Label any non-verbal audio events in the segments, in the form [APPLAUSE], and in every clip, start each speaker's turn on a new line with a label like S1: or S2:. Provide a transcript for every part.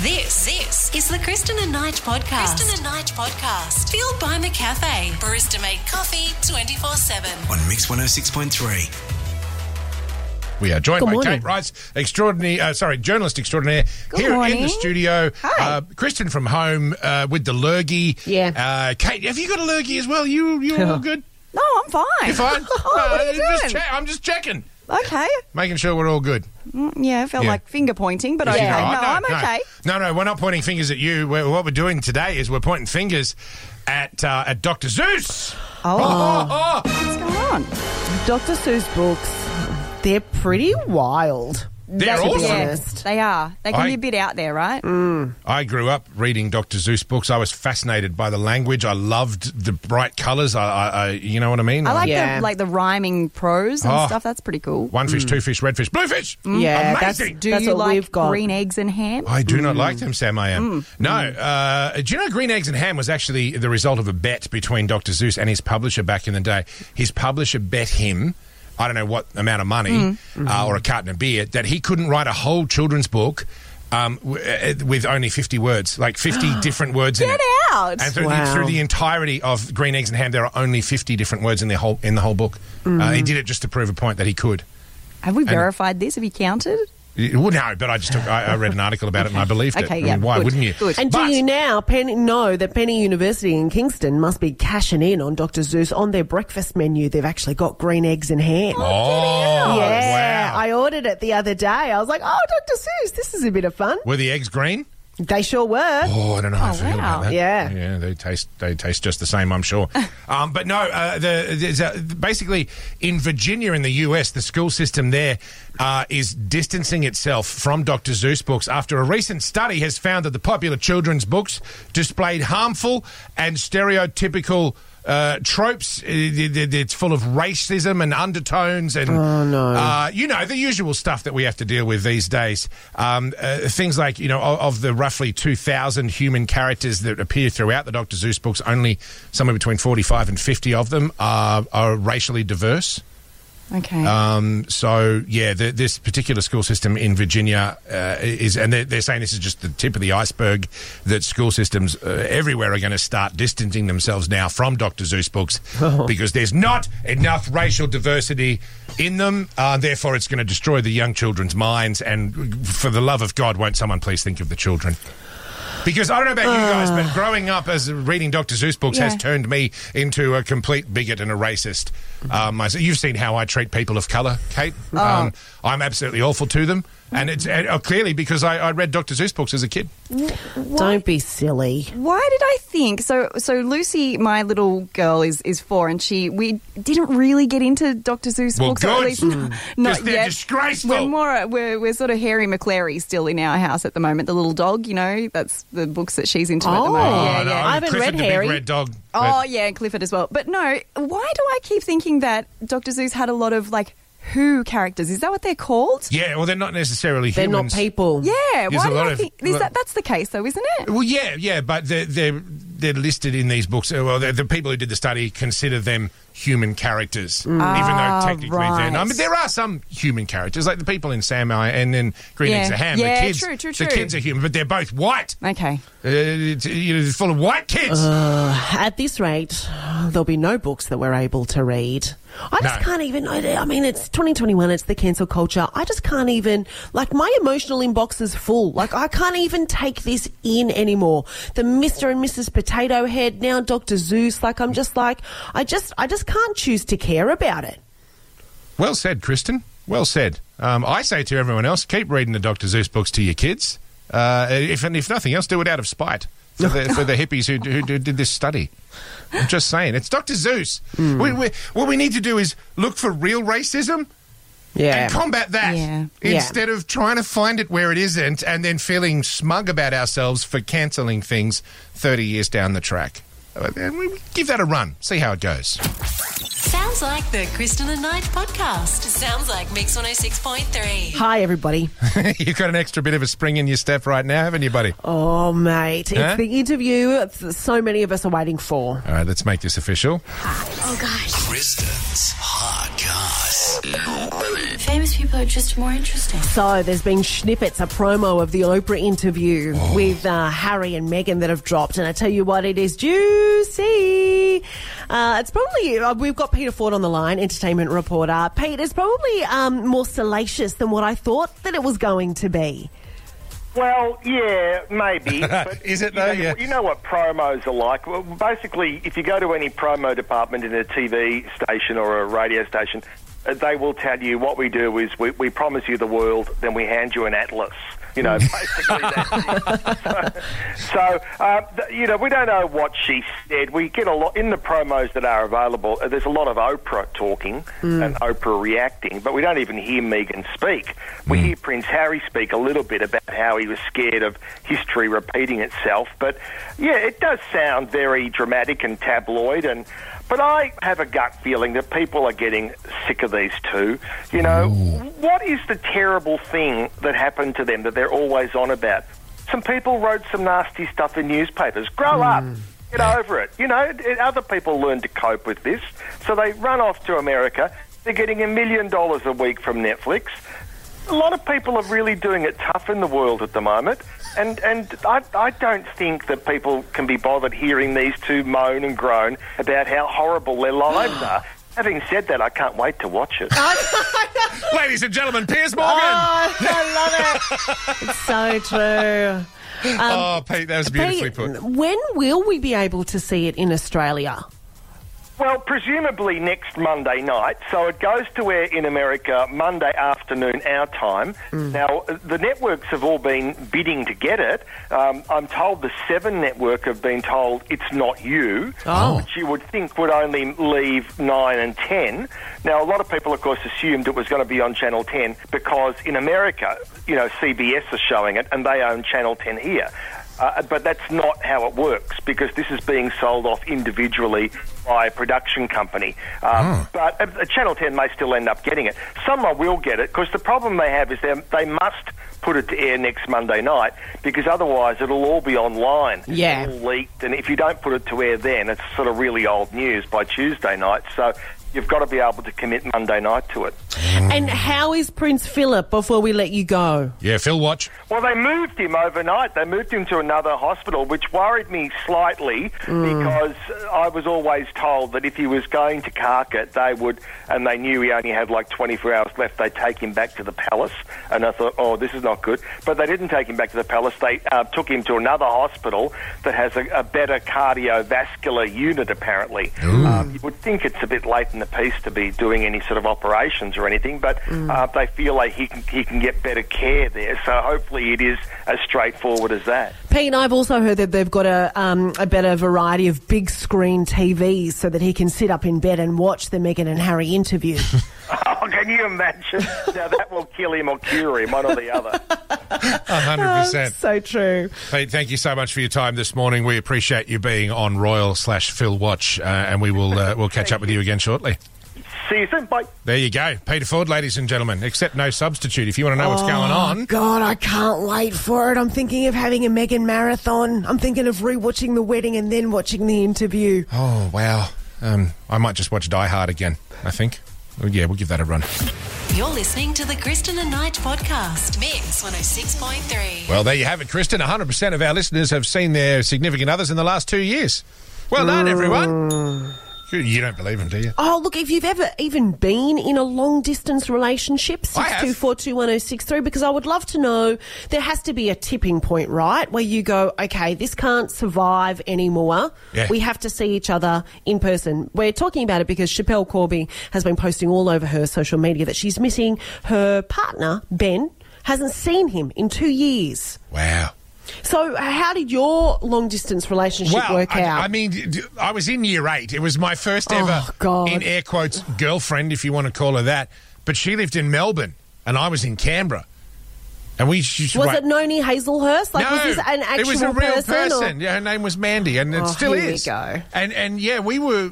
S1: This, this is the Kristen and Knight podcast. Kristen and Knight podcast. Fueled by McCafe. Barista made coffee 24 7.
S2: on Mix 106.3.
S3: We are joined
S4: Good
S3: by
S4: morning.
S3: Kate Rice, extraordinary, uh, sorry, journalist extraordinaire,
S4: Good
S3: here in the
S4: morning.
S3: studio.
S4: Hi.
S3: Uh, Kristen from home uh, with the lurgy.
S4: Yeah.
S3: Uh, Kate, have you got a lurgy as well? You
S4: [LAUGHS]
S3: you all good?
S4: No, I'm fine.
S3: You
S4: [LAUGHS]
S3: fine?
S4: Oh,
S3: Uh,
S4: what are you
S3: I'm, just
S4: doing?
S3: che- I'm just checking,
S4: Okay.
S3: making sure we're all good.
S4: Mm, Yeah, I felt
S3: Yeah.
S4: like finger pointing, but
S3: Is
S4: okay.
S3: she right?
S4: No, I'm okay.
S3: No, no, we're not pointing fingers at you. We're, what we're doing today is we're pointing fingers at uh, at Dr. Zeus.
S4: Oh,
S3: Oh, oh.
S4: what's going on?
S5: Dr. Seuss books, they're pretty wild.
S3: [LAUGHS] They're
S5: to be
S3: awesome.
S5: honest.
S4: They are. They can
S3: I-
S4: be a bit out there, right?
S5: Mm.
S3: I grew up reading Dr. Zeus books. I was fascinated by the language. I loved the bright colours. I, I, I you know what I mean.
S4: I like
S5: Yeah.
S4: the like the rhyming prose and
S3: Oh.
S4: stuff. That's pretty cool.
S3: One fish, two fish, red fish, blue fish.
S5: Yeah, that's-
S3: amazing.
S4: Do
S5: That's
S4: you
S5: what
S4: like
S5: we've got.
S4: green eggs and ham?
S3: I do not
S4: Mm.
S3: like them, Sam. I am. No. Uh, do you know green eggs and ham was actually the result of a bet between Dr. Zeus and his publisher back in the day? His publisher bet him. I don't know what amount of money
S4: Mm. Mm-hmm.
S3: uh, or a carton of beer that he couldn't write a whole children's book um, w- uh, with only 50 words, like
S4: [GASPS]
S3: 50 different words in
S4: Get
S3: it.
S4: out!
S3: And through, the,
S5: Wow.
S3: through the entirety of Green Eggs and Ham, there are only 50 different words in the whole, in the whole book.
S4: Mm.
S3: Uh, he did it just to prove a point that he could.
S4: Have we verified this? Have you counted?
S3: Well, no, but I just took, I, I read an article about it and I believed it.
S4: [LAUGHS] Okay,
S3: I
S4: yeah,
S3: mean, why
S4: good,
S3: wouldn't you?
S4: good.
S5: And
S3: But-
S5: do you now Penn, know that Penny University in Kingston must be cashing in on Dr. Zeus on their breakfast menu? They've actually got green eggs and ham.
S3: Oh,
S5: yeah,
S3: wow.
S5: I ordered it the other day. I was like, "Oh, Dr. Seuss, this is a bit of fun."
S3: Were the eggs green?
S5: They sure were.
S3: Oh, I don't know how I
S4: Oh,
S3: feel about
S4: wow.
S3: that.
S5: Yeah.
S3: yeah, they taste they taste just the same, I'm
S4: [LAUGHS]
S3: sure. um, but no, uh, the, there's a, basically in Virginia in the U.S., the school system there uh, is distancing itself from Dr. Zeus books after a recent study has found that the popular children's books displayed harmful and stereotypical. Uh, tropes. It- it- It's full of racism and undertones, and uh, you know the usual stuff that we have to deal with these days. Um, uh, things like you know of, of the roughly two thousand human characters that appear throughout the Doctor Zeus books, only somewhere between forty-five and fifty of them are, are racially diverse.
S4: Okay.
S3: Um, so yeah, the, this particular school system in Virginia uh, is, and they're, they're saying this is just the tip of the iceberg. That school systems uh, everywhere are going to start distancing themselves now from Dr. Zeus books because there's not enough racial diversity in them. Uh, therefore, it's going to destroy the young children's minds. And for the love of God, won't someone please think of the children? Because I don't know about you guys,
S5: Ah.
S3: but growing up as reading Dr. Zeus books has
S4: Yeah.
S3: turned me into a complete bigot and a racist. Um, myself. You've seen how I treat people of colour, Kate.
S5: Oh.
S3: Um, I'm absolutely awful to them. And it's and, uh, clearly because I, I read Dr. Zeus books as a kid.
S5: Don't be silly.
S4: Why did I think so? So Lucy, my little girl, is is four, and she we didn't really get into Doctor Zeus
S3: Well,
S4: books, or at
S3: good.
S4: least
S3: Mm.
S4: not
S3: 'Cause they're
S4: yet.
S3: disgraceful.
S4: We're more we're, we're sort of Harry McClary still in our house at the moment. The little dog, you know, that's the books that she's into at the
S5: Oh.
S4: moment.
S5: Oh,
S4: Yeah,
S3: no,
S4: yeah.
S5: I haven't
S3: Clifford
S5: read
S3: the
S5: Harry.
S3: Big Red Dog.
S4: Oh
S3: But-
S4: yeah, and Clifford as well. But no, why do I keep thinking that Doctor Zeus had a lot of like who characters? Is that what they're called?
S3: yeah, well, they're not necessarily
S5: They're
S3: humans.
S5: not people.
S4: Yeah.
S3: There's a
S4: why do
S3: lot
S4: I
S3: of-
S4: think is
S3: lot-
S4: that that's the case though, isn't it?
S3: Well, yeah, yeah, but they're they're, they're listed in these books. Uh, Well, the, the people who did the study consider them human characters, even though
S4: Ah,
S3: technically they're not. I
S4: right.
S3: mean, there are some human characters, like the people in Sam I and then Green Eggs
S4: Yeah.
S3: and Ham.
S4: Yeah,
S3: the kids,
S4: true, true,
S3: The
S4: true.
S3: kids are human, but they're both white.
S4: Okay.
S3: Uh, it's, you know, it's full of white
S4: Uh-huh.
S3: kids.
S5: At this rate, there'll be no books that we're able to read. I just
S3: No.
S5: can't even. I I mean, it's 2021. It's the cancel culture. I just can't even. Like, my emotional inbox is full. Like, I can't even take this in anymore. The Mr. and Mrs. Potato Head now, Dr. Zeus. Like, I'm just like, I just, I just can't choose to care about it.
S3: Well said, Kristen. Well said. Um, I say to everyone else, keep reading the Dr. Zeus books to your kids. Uh, if, and if nothing else, do it out of spite for the,
S4: [LAUGHS]
S3: for the hippies who, who, who did this study. I'm just saying. It's Dr. Zeus.
S4: Hmm.
S3: We, we, what we need to do is look for real racism and combat that
S4: Yeah.
S5: Yeah.
S3: instead of trying to find it where it isn't and then feeling smug about ourselves for cancelling things 30 years down the track. Uh, and we- we Give that a run. See how it goes. [LAUGHS]
S1: Sounds Sounds like the Kristen and Knight podcast. Sounds like Mix 106.3.
S5: Hi, everybody.
S3: You've got an extra bit of a spring in your step right now, haven't you, buddy? All
S5: Oh, mate. It's
S3: Huh?
S5: the interview that so many of us are waiting for.
S3: right, let's make this official.
S2: Kristen's hot goss.
S6: Famous people are just more interesting.
S5: So there's been snippets, a promo of the Oprah interview
S3: Oh.
S5: with uh, Harry and Meghan that have dropped, and I tell you what, it is juicy. Uh, it's probably uh, we've got Peter Ford on the line, entertainment reporter. Pete, it's probably um, more salacious than what I thought that it was going to be.
S7: Well, yeah,
S3: [LAUGHS]
S7: maybe. But
S3: Is it
S7: you know-
S3: though? Yeah.
S7: You know what promos are like. Well, basically, if you go to any promo department in a TV station or a radio station, uh, they will tell you what we do is we, we promise you the world, then we hand you an atlas. You
S3: Mm.
S7: know, basically
S3: [LAUGHS]
S7: that's it. so, so uh, th- you know, we don't know what she said. We get a lot in the promos that are available. uh, There's a lot of Oprah talking and Oprah reacting, but we don't even hear Megan speak. We hear Prince Harry speak a little bit about how he was scared of history repeating itself. But yeah, it does sound very dramatic and tabloid and. But I have a gut feeling that people are getting sick of these two. You know, what is the terrible thing that happened to them that they're always on about? some people wrote some nasty stuff in newspapers. Grow up. Get over it. You know, it- it- other people learn to cope with this. So they run off to America. They're getting a million dollars a week from Netflix. A lot of people are really doing it tough in the world at the moment. And, and I, I don't think that people can be bothered hearing these two moan and groan about how horrible their lives are. Having said that, I can't wait to watch it.
S3: Ladies and gentlemen, Piers Morgan.
S7: um,
S3: Oh,
S5: [LAUGHS] Oh, I love it. it's so true.
S3: Oh, Pete, that was beautifully
S5: Pete,
S3: put.
S5: when will we be able to see it in Australia?
S7: Well, presumably next Monday night. So it goes to air in America Monday afternoon, our time. Now, the networks have all been bidding to get it. Um, I'm told the Seven Network have been told it's not you, which you would think would only leave nine and ten. Now, a lot of people, of course, assumed it was going to be on Channel 10 because in America, you know, CBS is showing it and they own Channel 10 here. Uh, but that's not how it works because this is being sold off individually by a production company. Um, But uh, Channel 10 may still end up getting it. Someone will get it because the problem they have is they they must put it to air next Monday night because otherwise it'll all be online.
S5: Yeah.
S7: It'll leaked, and if you don't put it to air then, it's sort of really old news by Tuesday night. So you've got to be able to commit Monday night to it.
S5: And how is Prince Philip before we let you go?
S3: Yeah, Phil, watch.
S7: Well, they moved him overnight. They moved him to another hospital, which worried me slightly because I was always told that if he was going to Carcat, they would, and they knew he only had like 24 hours left, they'd take him back to the palace. And I thought, oh, this is not good. But they didn't take him back to the palace. They uh, took him to another hospital that has a, a better cardiovascular unit, apparently. Um, you would think it's a bit late in the piece to be doing any sort of operations or anything, but uh, they feel like he can, he can get better care there. So hopefully it is as straightforward as that. [LAUGHS]
S5: Pete, I've also heard that they've got a um, a better variety of big screen TVs so that he can sit up in bed and watch the Meghan and Harry interview.
S7: Oh, can you imagine? now that will kill him or cure him, one or the other.
S3: 100%.
S5: so true.
S3: Pete, thank you so much for your time this morning. We appreciate you being on Royal slash Phil Watch, uh, and we will
S7: [LAUGHS]
S3: uh, we'll catch up with you again shortly.
S7: See you soon. Bye.
S3: There you go, Peter Ford, ladies and gentlemen. Except no substitute. If you want to know what's going
S7: Oh.
S3: on,
S5: God, I can't wait for it. I'm thinking of having a Meghan marathon. I'm thinking of rewatching the wedding and then watching the interview.
S3: oh wow, um, I might just watch Die Hard again. I think. Well, yeah, we'll give that a run.
S1: You're listening to the Kristen and Knight podcast. Mix 106.3.
S3: Well, there you have it, Kristen. 100% of our listeners have seen their significant others in the last two years. Well done, everyone.
S5: Mm.
S3: You- You don't believe him, do you?
S5: Oh, look, if you've ever even been in a long distance relationship,
S3: I have.
S5: 62421063, because I would love to know, there has to be a tipping point, right? Where you go, okay, this can't survive anymore.
S3: Yeah.
S5: We have to see each other in person. We're talking about it because Chappelle Corby has been posting all over her social media that she's missing her partner, Ben, hasn't seen him in two years.
S3: Wow.
S5: So, how did your long distance relationship work
S3: I,
S5: out? Oh,
S3: I mean, d- d- I was in year eight. It was my first ever,
S5: God.
S3: in air quotes, girlfriend, if you want to call her that. But she lived in Melbourne and I was in Canberra. And we should
S5: Was
S3: write-
S5: it Noni Hazelhurst? Like,
S3: no,
S5: was this an actual
S3: it was a real person.
S5: or-
S3: Yeah, her name was Mandy, and it
S5: Oh,
S3: still
S5: here we
S3: is.
S5: go.
S3: And and yeah, we were.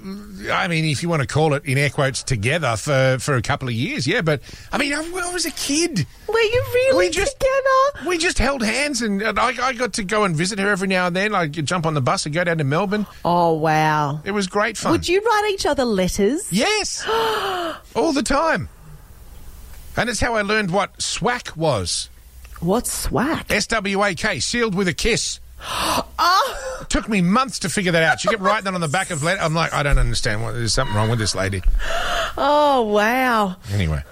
S3: I mean, if you want to call it in air quotes, together for for a couple of years. Yeah, but I mean, I, when I was a kid.
S5: Were you really
S3: We just
S5: together?
S3: We just held hands, and, and I, I got to go and visit her every now and then. Like, you'd jump on the bus and go down to Melbourne.
S5: Oh, wow.
S3: It was great fun.
S5: Would you write each other letters? [GASPS]
S3: Yes, all the time. And it's how I learned what swack was.
S5: What swag?
S3: S W A K, sealed with a kiss.
S5: Oh,
S3: It Took me months to figure that out. She kept writing that on the back of letter. I'm like, I don't understand. What, there's something wrong with this lady.
S5: Oh, wow.
S3: Anyway,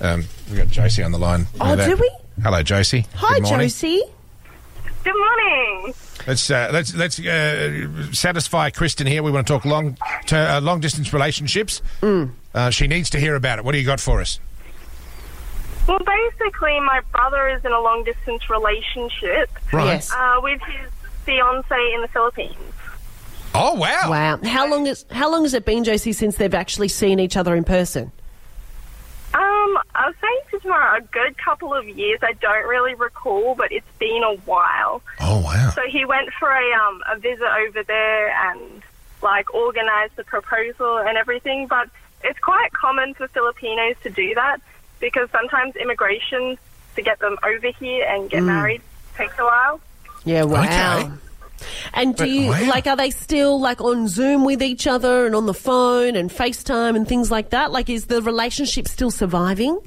S3: um, we got Josie on the line. Look
S5: Oh,
S3: at that.
S5: do we?
S3: Hello, Josie.
S5: Hi,
S3: Good morning.
S5: Josie.
S8: Good morning.
S3: Let's uh, let's let's uh, satisfy Kristen here. We want to talk long ter- uh, long distance relationships.
S5: Mm.
S3: Uh, she needs to hear about it. What do you got for us?
S8: Well, basically, my brother is in a long distance relationship
S3: Right.
S5: Yes.
S8: uh, with his fiance in the Philippines.
S3: Oh wow.
S5: Wow. How long is how long has it been, Josie, since they've actually seen each other in person?
S8: Um, I was saying to Tamara, a good couple of years. I don't really recall, but it's been a while.
S3: Oh wow.
S8: So he went for a um a visit over there and like organized the proposal and everything. But it's quite common for Filipinos to do that because sometimes immigration to get them over here and
S3: Mm.
S8: get married takes a while.
S5: Yeah, wow.
S3: Okay.
S5: And do
S3: But
S5: you
S3: wow.
S5: like are they still like on Zoom with each other and on the phone and FaceTime and things like that? Like is the relationship still surviving?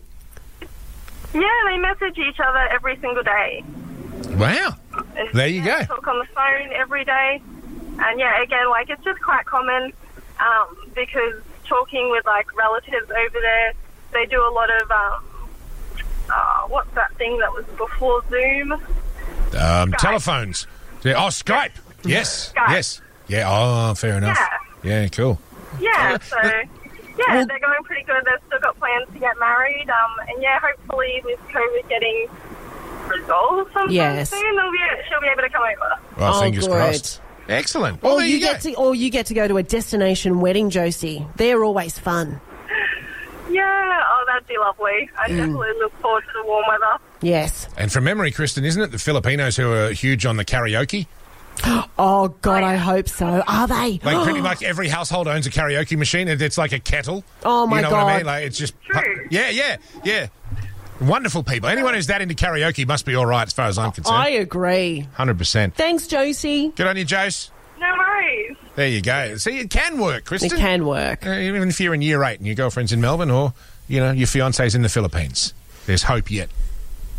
S8: Yeah, they message each other every single day.
S3: Wow. There you
S8: Yeah,
S3: go.
S8: Talk on the phone every day, and yeah, again, like it's just quite common um, because talking with like relatives over there, they do a lot of um, uh, what's that thing that was before Zoom?
S3: Um, telephones. Yeah. Oh, Skype. Yes.
S8: Skype.
S3: Yes. Yeah. Oh, fair enough. Yeah. cool.
S8: Yeah, so yeah, they're going pretty good. They've still got plans to get married, um, and yeah, hopefully with COVID getting resolved sometime
S5: Yes.
S8: soon, they'll be, she'll be able to come over.
S3: Well,
S5: Oh,
S3: fingers
S5: good.
S3: crossed. Excellent. Well,
S5: Or
S3: there
S5: you,
S3: you, go.
S5: get to or you get to go to a destination wedding, Josie. They're always fun.
S8: Yeah, oh, that'd be lovely. I
S3: Mm.
S8: definitely look forward to the warm weather.
S5: Yes.
S3: and from memory, Kristen, isn't it the Filipinos who are huge on the karaoke?
S5: Oh God, I hope so. Are [GASPS] they?
S3: Like pretty much every household owns a karaoke machine. It- It's like a kettle.
S5: Oh, my
S3: You know what I mean?
S5: God.
S3: Like it's just
S8: True.
S3: yeah, yeah, yeah. Wonderful people. Anyone who's that into karaoke must be all right, as far as I'm
S5: I
S3: concerned.
S5: agree.
S3: Hundred percent.
S5: Thanks, Josie.
S3: Good on you, Jose.
S8: No worries.
S3: There you go. See, it can work,
S5: It
S3: Kristen.
S5: can work.
S3: Uh, even if you're in year eight and your girlfriend's in Melbourne, or you know your fiance's in the Philippines. There's hope yet.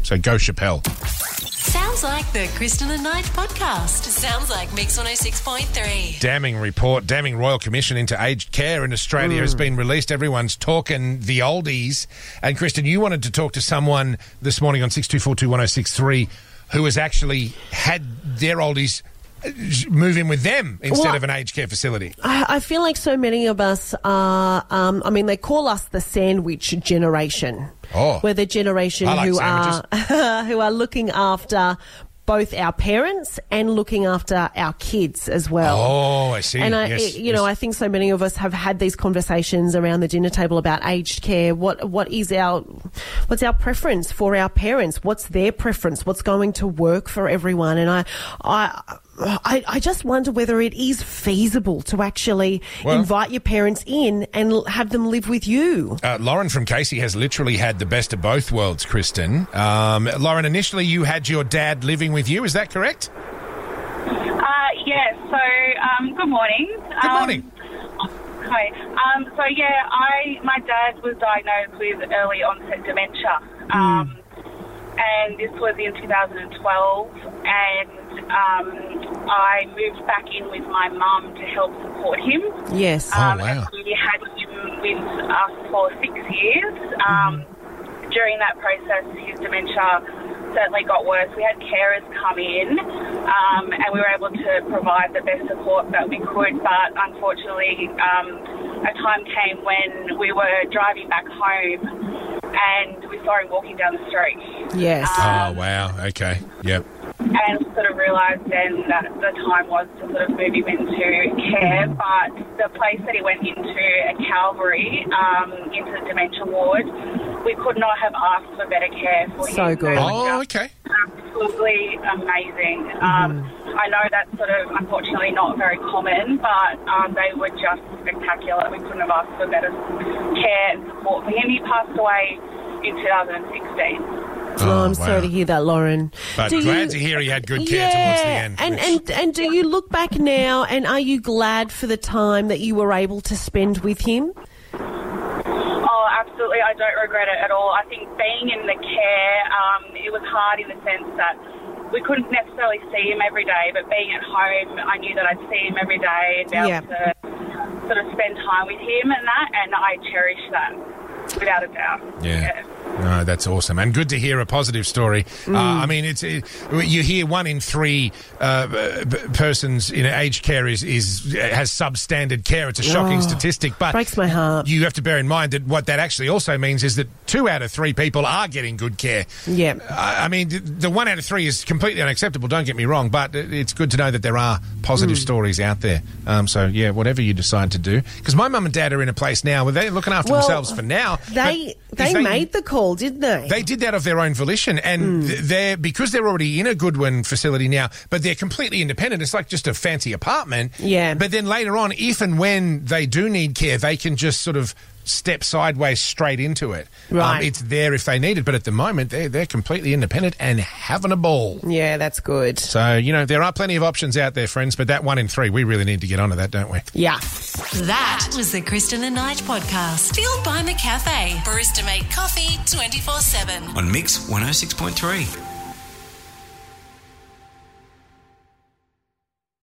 S3: So go, Chappelle.
S1: Sounds like the Kristen and Knight podcast. Sounds like Mix 106.3.
S3: damning report, damning Royal Commission into aged care in Australia
S5: Mm.
S3: has been released. Everyone's talking the oldies. And Kristen, you wanted to talk to someone this morning on 62421063 who has actually had their oldies uh, move in with them instead
S5: Well,
S3: of an aged care facility.
S5: I, I feel like so many of us are. Um, I mean, they call us the sandwich generation.
S3: Oh.
S5: we're the generation
S3: I like
S5: who are [LAUGHS] who are looking after both our parents and looking after our kids as well.
S3: Oh, I see.
S5: And I,
S3: Yes,
S5: you know,
S3: yes.
S5: I think so many of us have had these conversations around the dinner table about aged care. What what is our what's our preference for our parents? What's their preference? What's going to work for everyone? And I I I, I just wonder whether it is feasible to actually
S3: Well-
S5: invite your parents in and l- have them live with you.
S3: Uh, Lauren from Casey has literally had the best of both worlds, Kristen. Um, Lauren, initially you had your dad living with you, is that correct?
S9: Uh, yeah, so um, good morning.
S3: Good
S9: Um,
S3: morning.
S9: Hi. Um, so yeah, I my dad was diagnosed with early onset dementia,
S3: Mm.
S9: um, and this was in 2012. And um, I moved back in with my mum to help support him.
S5: Yes.
S9: Um,
S3: Oh, wow.
S9: and we had him with us for six years. Um, During that process, his dementia certainly got worse. We had carers come in, um, and we were able to provide the best support that we could. But unfortunately, um, a time came when we were driving back home, and we saw him walking down the street
S5: yes.
S3: oh, wow. Okay. Yep.
S9: and sort of realised then that the time was to sort of move him into care. But the place that he went into at Calvary, um, into the dementia ward, we could not have asked for better care for
S5: So
S9: him.
S5: good.
S9: They were
S3: Oh,
S9: just
S3: okay.
S9: Absolutely amazing.
S5: Mm-hmm.
S9: Um, I know that's sort of unfortunately not very common, but um, they were just spectacular. We couldn't have asked for better care and support for him. He passed away in 2016.
S5: Oh,
S3: Oh,
S5: I'm sorry
S3: wow.
S5: to hear that, Lauren.
S3: But
S5: Do
S3: glad
S5: you-
S3: to hear he had good care towards the
S5: yeah,
S3: end.
S5: and,
S3: which-
S5: and and do you look back now and are you glad for the time that you were able to spend with him?
S9: Oh, absolutely. I don't regret it at all. I think being in the care, um, it was hard in the sense that we couldn't necessarily see him every day, but being at home, I knew that I'd see him every day and be able
S5: Yeah.
S9: to sort of spend time with him and that, and I cherish that without a doubt.
S3: Yeah. No, that's awesome, and good to hear a positive story.
S5: Mm.
S3: Uh, I mean, it's it, you hear one in three uh, b- b- persons in aged care is, is has substandard care. It's a shocking
S5: Oh,
S3: statistic, but
S5: breaks my heart.
S3: You have to bear in mind that what that actually also means is that two out of three people are getting good care.
S5: Yeah.
S3: I, I mean, the, the one out of three is completely unacceptable. Don't get me wrong, but it- it's good to know that there are positive
S5: Hmm.
S3: stories out there. Um, so yeah, whatever you decide to do, because my mum and dad are in a place now where they're looking after
S5: Well,
S3: themselves for now.
S5: They
S3: but
S5: they,
S3: if
S5: made the call, didn't they?
S3: they did that of their own volition, and
S5: Hmm.
S3: th- they're because they're already in a Goodwin facility now, but they're completely independent. It's like just a fancy apartment.
S5: Yeah.
S3: But then later on, if and when they do need care, they can just sort of step sideways straight into it. Um,
S5: Right.
S3: it's there if they need it, but at the moment, they're they're completely independent and having a ball.
S5: yeah, that's good.
S3: So you know there are plenty of options out there, friends. But that one in three, we really need to get onto that, don't we?
S5: Yeah.
S1: That was the Kristen and Knight podcast. Fueled by McCafe. Barista made coffee 24 7.
S2: oh On Mix 106.3.